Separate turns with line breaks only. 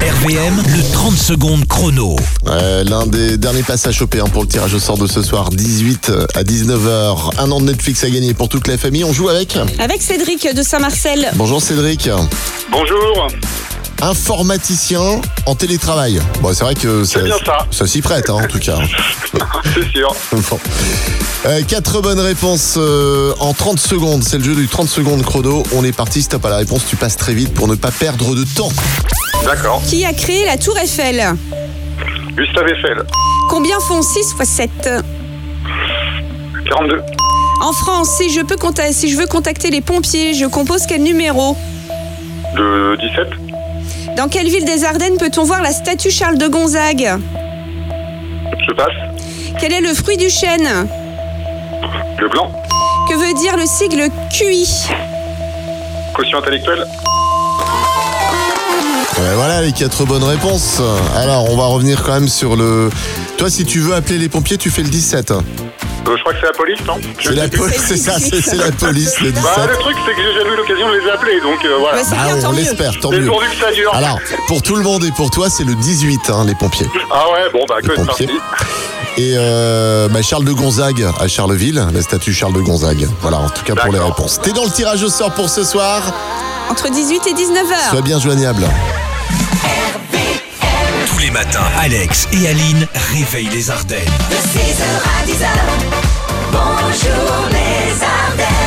VM, le 30 secondes chrono.
Ouais, Euh, L'un des derniers passes à choper hein, pour le tirage au sort de ce soir, 18 à 19h. Un an de Netflix à gagner pour toute la famille. On joue avec
Avec Cédric de Saint-Marcel.
Bonjour Cédric.
Bonjour,
Informaticien en télétravail. Bon, c'est vrai que ça,
c'est bien ça,
ça s'y prête, hein, en tout cas.
c'est sûr.
Bon. Euh, quatre bonnes réponses euh, en 30 secondes. C'est le jeu du 30 secondes chrono. On est parti. Si t'as pas la réponse, tu passes très vite pour ne pas perdre de temps.
D'accord.
Qui a créé la Tour Eiffel
Gustave Eiffel,
Combien font 6 x 7
42,
En France, si je, peux conta- si je veux contacter les pompiers, je compose quel numéro
de 17,
Dans quelle ville des Ardennes peut-on voir la statue Charles de Gonzague
je passe.
Quel est le fruit du chêne
Le blanc,
Que veut dire le sigle QI
quotient intellectuel,
Ouais, voilà les quatre bonnes réponses. Alors, on va revenir quand même sur le. Toi, si tu veux appeler les pompiers, tu fais le 17.
Euh, je crois que c'est la police, non Je
C'est la,
sais plus.
po- c'est ça, c'est c'est la police le 17.
Bah, le truc, c'est que j'ai jamais eu l'occasion de les appeler, donc euh, voilà.
Ouais, c'est
Ah,
bien,
on- on
tant mieux.
l'espère, tant
Et
mieux.
pourvu que ça dure.
Alors, pour tout le monde et pour toi, c'est le 18, hein, les pompiers.
Ah ouais, bon, bah,
Les
que c'est
pompiers.
parti.
Et euh, bah, Charles de Gonzague à Charleville, la statue Charles de Gonzague. Voilà, en tout cas pour les
D'accord.
réponses. T'es dans le tirage au sort pour ce soir.
Entre 18 et 19 heures.
Sois bien joignable.
Tous les matins, Alex et Aline réveillent les Ardennes.
De 6h à 10h, bonjour les Ardennes.